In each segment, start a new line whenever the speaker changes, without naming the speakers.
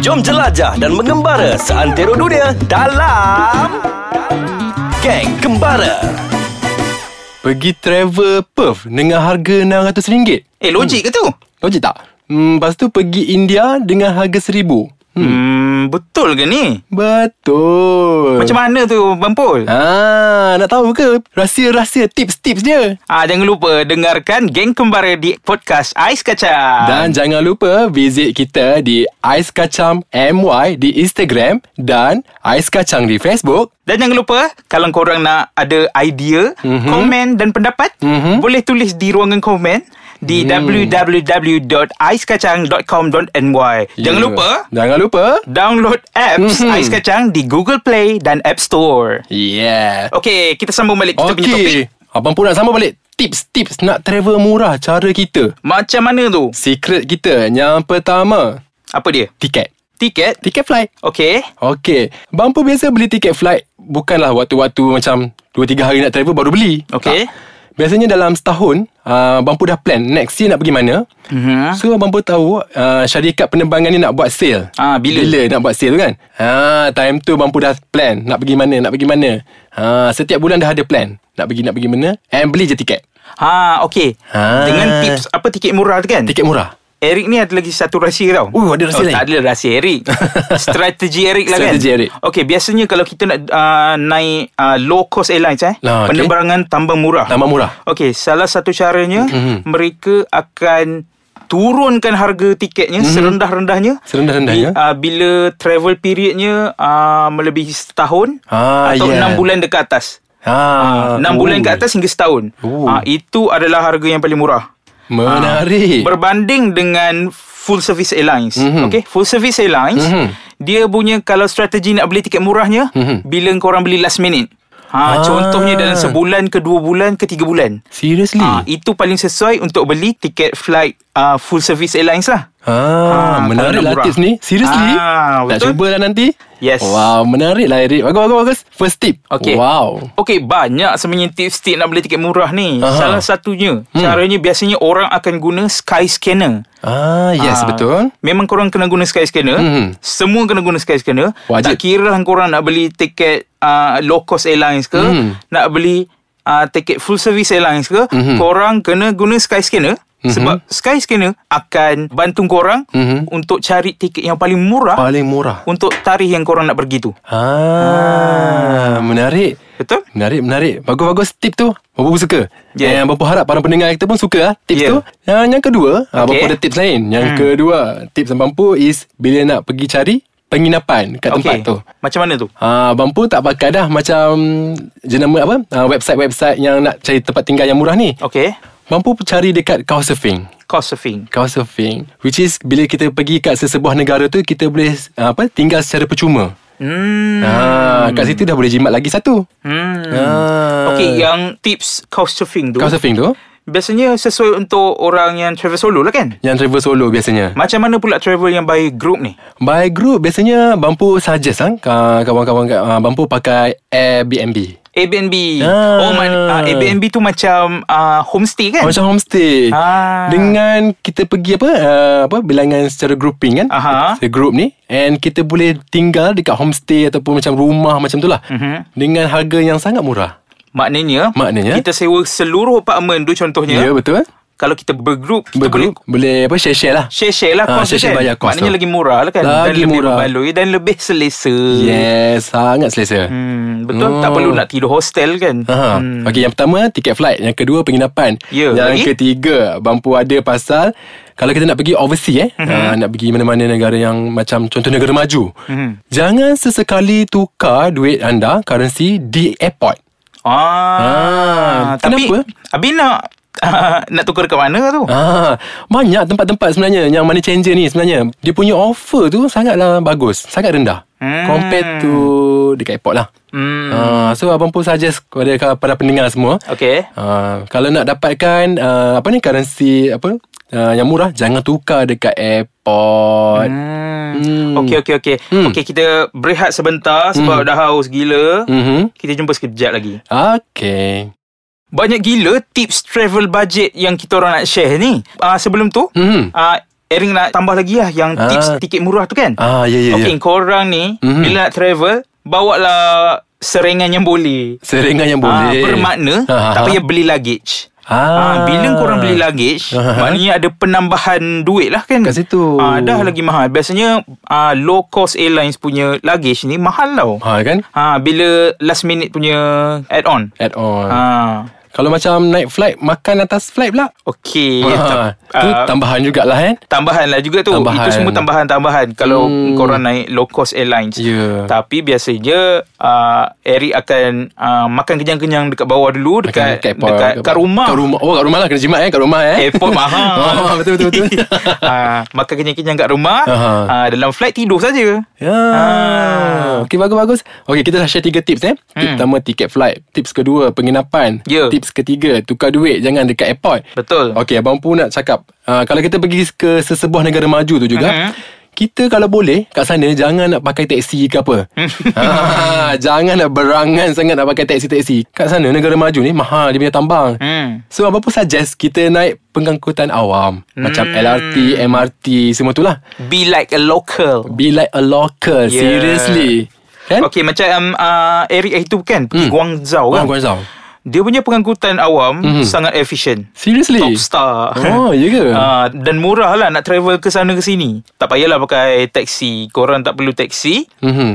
Jom jelajah dan mengembara seantero dunia dalam Geng Kembara.
Pergi travel Perth dengan harga RM600.
Eh logik ke tu?
Logik tak? Hmm, lepas tu pergi India dengan harga RM1,000. Hmm.
Hmm betul ke ni?
Betul.
Macam mana tu Bempul?
Ah, nak tahu ke rahsia-rahsia tips-tips dia?
Ah jangan lupa dengarkan Geng Kembara di podcast Ais Kacang.
Dan jangan lupa visit kita di Ais Kacang MY di Instagram dan Ais Kacang di Facebook.
Dan jangan lupa Kalau korang nak ada idea mm-hmm.
Mhm.
Komen dan pendapat mm-hmm. Boleh tulis di ruangan komen Di
Hmm.
mm. www.aiskacang.com.ny Jangan
Ya.
lupa
Jangan lupa.
Download
Mhm.
apps mm-hmm. Ais Kacang Di Google Play dan App Store
Yeah.
Okay kita sambung balik Kita punya topik
Okey. Abang pun nak sama balik tips-tips nak travel murah cara kita.
Macam mana tu?
Secret kita yang pertama,
Apa dia?
tiket.
Tiket?
Tiket flight.
Okay
Okey. Abang pun biasa beli tiket flight bukanlah waktu-waktu macam 2-3 hari nak travel baru beli.
Okey.
Tak. Biasanya dalam setahun, uh, abang pun dah plan next year nak pergi mana.
Mhm.
So abang pun tahu uh, syarikat penerbangan ni nak buat sale.
Ah, bila?
Bila nak buat sale tu kan? Ah, time tu abang pun dah plan nak pergi mana, nak pergi mana. Ah, setiap bulan dah ada plan nak pergi nak pergi mana and beli je tiket.
Ha okay
Ha.
Dengan tips Apa tiket murah tu kan?
Tiket murah.
Eric ni ada lagi satu rahsia tau.
Oh, ada rahsia lain?
Tak ada rahsia Eric. Strategi Eric lah kan.
Strategi Eric.
Okey, biasanya kalau kita nak uh, naik uh, low cost airlines eh,
Ah, okey.
penerbangan tambah murah.
Tambah murah.
Okey, salah satu caranya
Mhm.
mereka akan turunkan harga
Mhm.
tiketnya serendah-rendahnya.
Serendah-rendahnya.
Bi- uh, bila travel periodnya uh, melebihi setahun
Ah,
atau
yeah.
enam bulan dekat atas.
Ah,
Uh, 6
oh.
bulan ke atas hingga setahun.
Oh.
Uh, itu adalah harga yang paling murah.
Menarik.
Ah, Berbanding dengan full service airlines.
Eh. Mhm.
Mm-hmm. Okay, full service airlines
Mhm. Mhm.
mm-hmm. dia punya kalau strategi nak beli tiket murahnya mm-hmm. bila korang beli last minute. Ha,
Ah.
ah. contohnya dalam sebulan ke dua bulan ke tiga bulan.
Seriously?
Ha, itu paling sesuai untuk beli tiket flight uh, full service airlines lah.
Ah,
Ah,
menarik
kalau nak
lah
murah.
tips ni. Seriously?
Ah,
tak
betul.
cubalah nanti?
Yes.
Wow, menarik lah Eric. Bagus, bagus, bagus. First tip.
Okey.
Wow.
Okey, banyak sebenarnya tips-tips nak beli tiket murah ni.
Aha.
Salah satunya, hmm. caranya biasanya orang akan guna Skyscanner.
Ah, yes,
Ah,
betul.
Memang korang kena guna skyscanner
Mhm.
Semua kena guna skyscanner
Wajib.
Tak kira lah korang nak beli tiket uh, Low cost airlines ke
Mhm.
Nak beli uh, tiket full service airlines ke
Mhm.
Korang kena guna skyscanner
Mm-hmm.
Sebab skyscanner akan bantu korang
Mhm.
Untuk cari tiket yang paling murah
Paling murah.
Untuk tarikh yang korang nak pergi tu
Ah, menarik.
Betul?
Menarik, menarik. Bagus-bagus tip tu. Bapak pun suka.
Yeah.
Yang Bapak harap para pendengar kita pun suka lah tips
Yeah.
tu. Yang, yang kedua, okay. Bapak
Okay.
ada tips lain. Yang hmm. kedua, tips abang Pu is bila nak pergi cari penginapan kat tempat
Okey.
tu.
Macam mana tu?
Ah, abang pun tak pakai dah macam jenama apa? Ah, website-website yang nak cari tempat tinggal yang murah ni.
Okay
Abang pun cari dekat Couchsurfing.
Cost surfing
Couchsurfing which is bila kita pergi kat sesebuah negara tu kita boleh ah, apa tinggal secara percuma.
Hmm
Ah, kat situ dah boleh jimat lagi satu.
Hmm ya.
Ah.
Okay, yang Hmm. tips cost surfing tu
Couchsurfing tu
Biasanya sesuai untuk orang yang travel solo lah kan?
yang travel solo biasanya.
Macam mana pula travel yang by group ni?
By group biasanya Bampu suggest ah ah, kawan-kawan kat- ah, Bampu pakai Airbnb.
Airbnb.
Ah. Oh,
Oh, man, uh, Airbnb tu macam uh, homestay kan?
Macam homestay.
Ah.
Dengan kita pergi apa uh, apa bilangan secara grouping kan.
Aha.
Secara group ni and kita boleh tinggal dekat homestay ataupun macam rumah macam tu lah.
Mhm.
Dengan harga yang sangat murah.
Maknanya,
Maknanya?
kita sewa seluruh apartmen tu
Ya
contohnya.
yeah, betul.
Kalau kita bergroup, kita
Bergroup boleh apa share-share lah.
boleh share-share lah
Ah,
kos tu
share-share
kan?
bayar kos
Maknanya
tu.
lagi murah lah kan? dan
Lagi
lebih
murah.
berbaloi dan lebih selesa.
Yes, sangat selesa.
Hmm, betul? Tak
Oh.
perlu nak tidur hostel kan?
Aha.
Hmm.
Okay, yang pertama tiket flight, yang kedua penginapan,
Ya,
yang
lagi?
ketiga bampu ada pasal kalau kita nak pergi overseas eh,
Mhm.
uh, nak pergi mana-mana negara yang macam contoh negara maju.
Mhm.
Jangan sesekali tukar duit anda currency di airport. Ah,
Ah, tapi,
kenapa?
Habis nak, nak tukar ke mana tu?
Ah, banyak tempat-tempat sebenarnya yang money changer ni sebenarnya. Dia punya offer tu sangatlah bagus, sangat rendah.
Hmm.
Compared to dekat airport lah.
Hmm.
Ah, so abang pun suggest kepada para pendengar semua.
Okay.
Uh, kalau nak dapatkan uh, apa ni currency apa uh, yang murah jangan tukar dekat airport.
Hmm. Okey okey okey.
Hmm.
Hmm. Okey kita berehat sebentar sebab dah haus gila.
Mhm. Mm-hmm.
Kita jumpa sekejap lagi.
Okay.
Banyak gila tips travel budget yang kita orang nak share ni. Ah uh, sebelum tu,
Mhm.
ah uh, Ering nak tambah lagi lah yang
Ah.
tips tiket murah tu kan.
Ah, ya, ya, ya.
okay, korang
Mhm.
ni mm-hmm. bila nak travel, bawalah serengan yang boleh.
Seringan yang
Ah,
boleh.
bermakna ya-
Ah,
tak
ah.
payah beli luggage.
Ah.
Ah, bila korang beli luggage,
Ah, ah.
maknanya ada penambahan duit lah kan.
Kat situ.
Ah, dah lagi mahal. Biasanya ah, low cost airlines punya luggage ni mahal tau.
Ha kan?
Ah, bila last minute punya add on.
Add on.
Ah,
Kalau macam naik flight, makan atas flight pula.
okey.
Ha, tu
Ya, Ah,
tambahan jugalah kan?
Tambahan lah juga tu
Tambahan.
Itu semua tambahan-tambahan Kalau
Hmm.
hmm. korang naik low cost airlines
Ya.
Tapi biasanya uh, Eric akan uh, Makan kenyang-kenyang dekat bawah
Makan
dulu Dekat dekat, dekat,
airport.
kat rumah
Kat rumah. Oh, kat rumah lah kena jimat eh, kat rumah eh.
Airport mahal
oh, betul betul betul.
Ah, Makan kenyang-kenyang kat rumah
Aha.
ah, Dalam flight tidur saja.
Ya.
Ah.
Okey bagus bagus. Okey kita dah share tiga tips eh. Hmm. Tips pertama tiket flight, tips kedua penginapan,
Ya.
tips ketiga tukar duit jangan dekat airport.
Betul
Okey abang pun nak cakap uh, kalau kita pergi ke sesebuah negara maju tu juga
Mhm.
Kita kalau boleh kat sana jangan nak pakai teksi ke apa.
Hmm.
ha, jangan nak berangan sangat nak pakai teksi-teksi. Kat sana negara maju ni mahal dia punya tambang.
Hmm.
So apa pun suggest kita naik pengangkutan awam macam
Hmm.
LRT, MRT semua tu lah.
Be like a local
Be like a local yeah.
Yeah.
Seriously Kan
Okay macam uh, Eric hari tu kan Pergi
Hmm.
Guangzhou
Orang
kan
Guangzhou
Dia punya pengangkutan awam Sangat efisien
Seriously
Top star
Oh, ya ke?
Ah, Dan murah lah Nak travel ke sana ke sini Tak payahlah pakai taksi Korang tak perlu taksi
mm-hmm.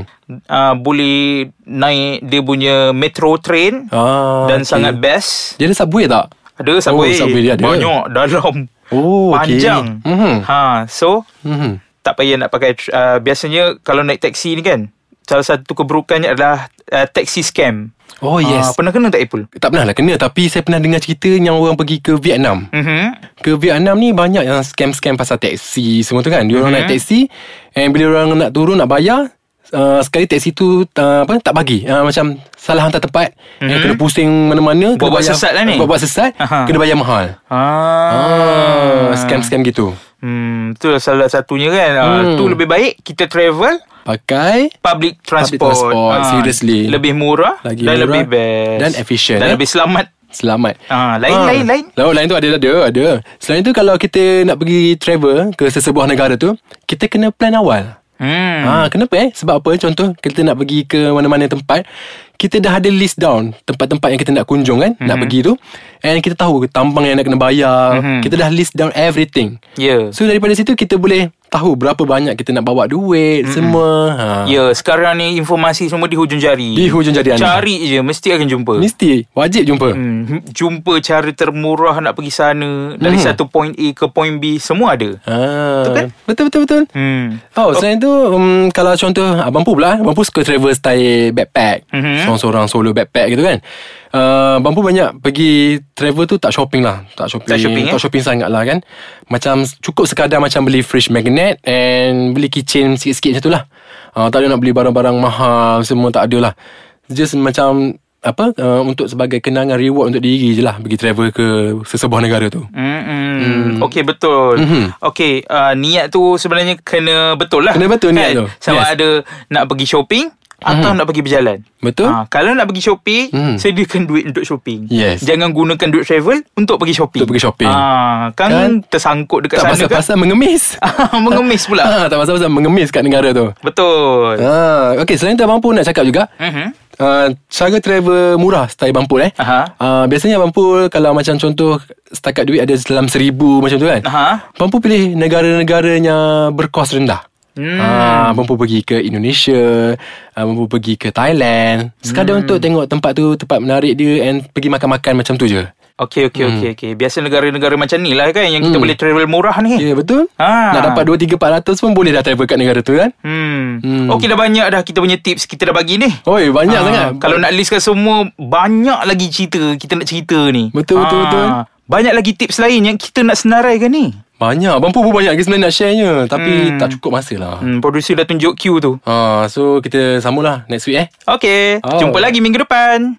uh, Boleh naik Dia punya metro train
ah,
Dan
okay.
sangat best
Dia ada subway tak?
Ada subway,
Oh, subway dia ada.
Banyak Dalam
Oh, okay.
Panjang
Mhm.
ha, So
Mm-hmm.
Tak payah nak pakai tr- uh, Biasanya Kalau naik taksi ni kan Salah satu keburukannya adalah uh, Taxi scam
Oh
Ah,
yes
Pernah kena tak Apple?
Tak pernah lah kena Tapi saya pernah dengar cerita Yang orang pergi ke Vietnam
Mhm.
Ke Vietnam ni banyak yang scam-scam pasal teksi Semua tu kan Dia orang
Mhm.
naik teksi And bila orang nak turun nak bayar Uh, sekali teksi tu uh, apa tak bagi uh, macam salah hantar tempat mm-hmm. kena pusing mana-mana kena
Buat-buat
bayar-
sesat lah ni.
buat-buat sesat
Aha.
kena bayar mahal
Ah.
ah scam-scam gitu
Hmm, tu lah salah satunya kan. Hmm.
Hmm.
Uh, tu lebih baik kita travel
pakai
public transport.
transport,
Ah,
seriously.
Lebih murah
Lagi murah
dan lebih best
dan efficient, eh?
Dan lebih selamat.
Selamat
Ah, lain, lain, lain.
Lain lain tu ada ada ada. Selain tu kalau kita nak pergi travel ke sesebuah negara tu, kita kena plan awal.
Hmm.
Hmm. Ha, kenapa eh? Sebab apa? Contoh kita nak pergi ke mana-mana tempat, kita dah ada list down tempat-tempat yang kita nak kunjung kan,
Hmm.
mm-hmm. nak pergi tu. And kita tahu tambang yang nak kena bayar, mm-hmm. kita dah list down everything.
Ya.
So daripada situ kita boleh tahu berapa banyak kita nak bawa duit mm-hmm. semua. Ha.
Hmm. Ya, sekarang ni informasi semua di hujung jari.
Di hujung jari anda.
Cari je mesti akan jumpa.
Mesti wajib jumpa.
Hmm, jumpa cara termurah nak pergi sana dari
Hmm.
satu point A ke point B semua ada.
Ah,
Betul kan?
betul betul betul.
Hmm.
Oh, selain tu um, Kalau contoh Abang Pu pula eh, Abang Pu suka travel style backpack
Mhm.
Seorang-seorang solo backpack gitu kan uh, Abang Pu banyak pergi travel tu tak shopping lah Tak shopping
Tak shopping, eh?
tak shopping sangat lah kan Macam cukup sekadar macam beli fridge magnet And beli keychain sikit-sikit macam tu lah uh, Tak ada nak beli barang-barang mahal Semua tak ada lah Just macam apa uh, untuk sebagai kenangan reward untuk diri je lah pergi travel ke sesebuah negara tu. Hmm.
Mm-mm. Hmm, Okey betul.
Mhm.
Mm-hmm. Okey, uh, niat tu sebenarnya kena betul lah.
Kena betul niat tu.
Sama
Yes. Hmm.
yes. ada nak pergi shopping atau nak pergi berjalan.
Betul?
Ah, kalau nak pergi shopping,
Mhm.
sediakan duit untuk shopping.
Yes.
Jangan gunakan duit travel untuk pergi shopping.
Untuk pergi shopping.
Ah, kan,
Kan?
tersangkut dekat
tak
sana kan.
pasal-pasal mengemis.
Mengemis pula.
Ah, tak pasal-pasal mengemis kat negara tu.
Betul.
Ah, okay, selain tu Abang Pul nak cakap juga
Mhm.
uh, Cara travel murah style Abang Pul eh
Aha.
uh, Biasanya Abang Pul kalau macam contoh Setakat duit ada dalam seribu macam tu kan
Aha.
Abang Pul pilih negara-negara yang berkos rendah Hmm. Ah, abang Pul pergi ke Indonesia ah, Abang Pul pergi ke Thailand Sekadar hmm. untuk tengok tempat tu Tempat menarik dia And pergi makan-makan macam tu je Ya
Okey okey okey okey. Biasa negara-negara macam ni lah kan yang
Hmm.
kita boleh travel murah ni.
yeah, Ya, betul
Ah.
Nak dapat 2-3-400 pun boleh dah travel kat negara tu kan
Hmm.
Hmm.
hmm. Okey dah banyak dah kita punya tips kita dah bagi ni.
Oi banyak
Ah,
sangat
Kalau nak listkan semua Banyak lagi cerita Kita nak cerita ni
Betul, betul,
Ah,
betul.
Banyak lagi tips lain Yang kita nak senaraikan ni
Banyak Abang Pul pun banyak lagi sebenarnya nak sharenya Tapi tak cukup masa lah
hmm, Producer dah tunjuk cue tu
Ah, so kita sambung lah next week eh.
Okay
Oh.
Jumpa lagi minggu depan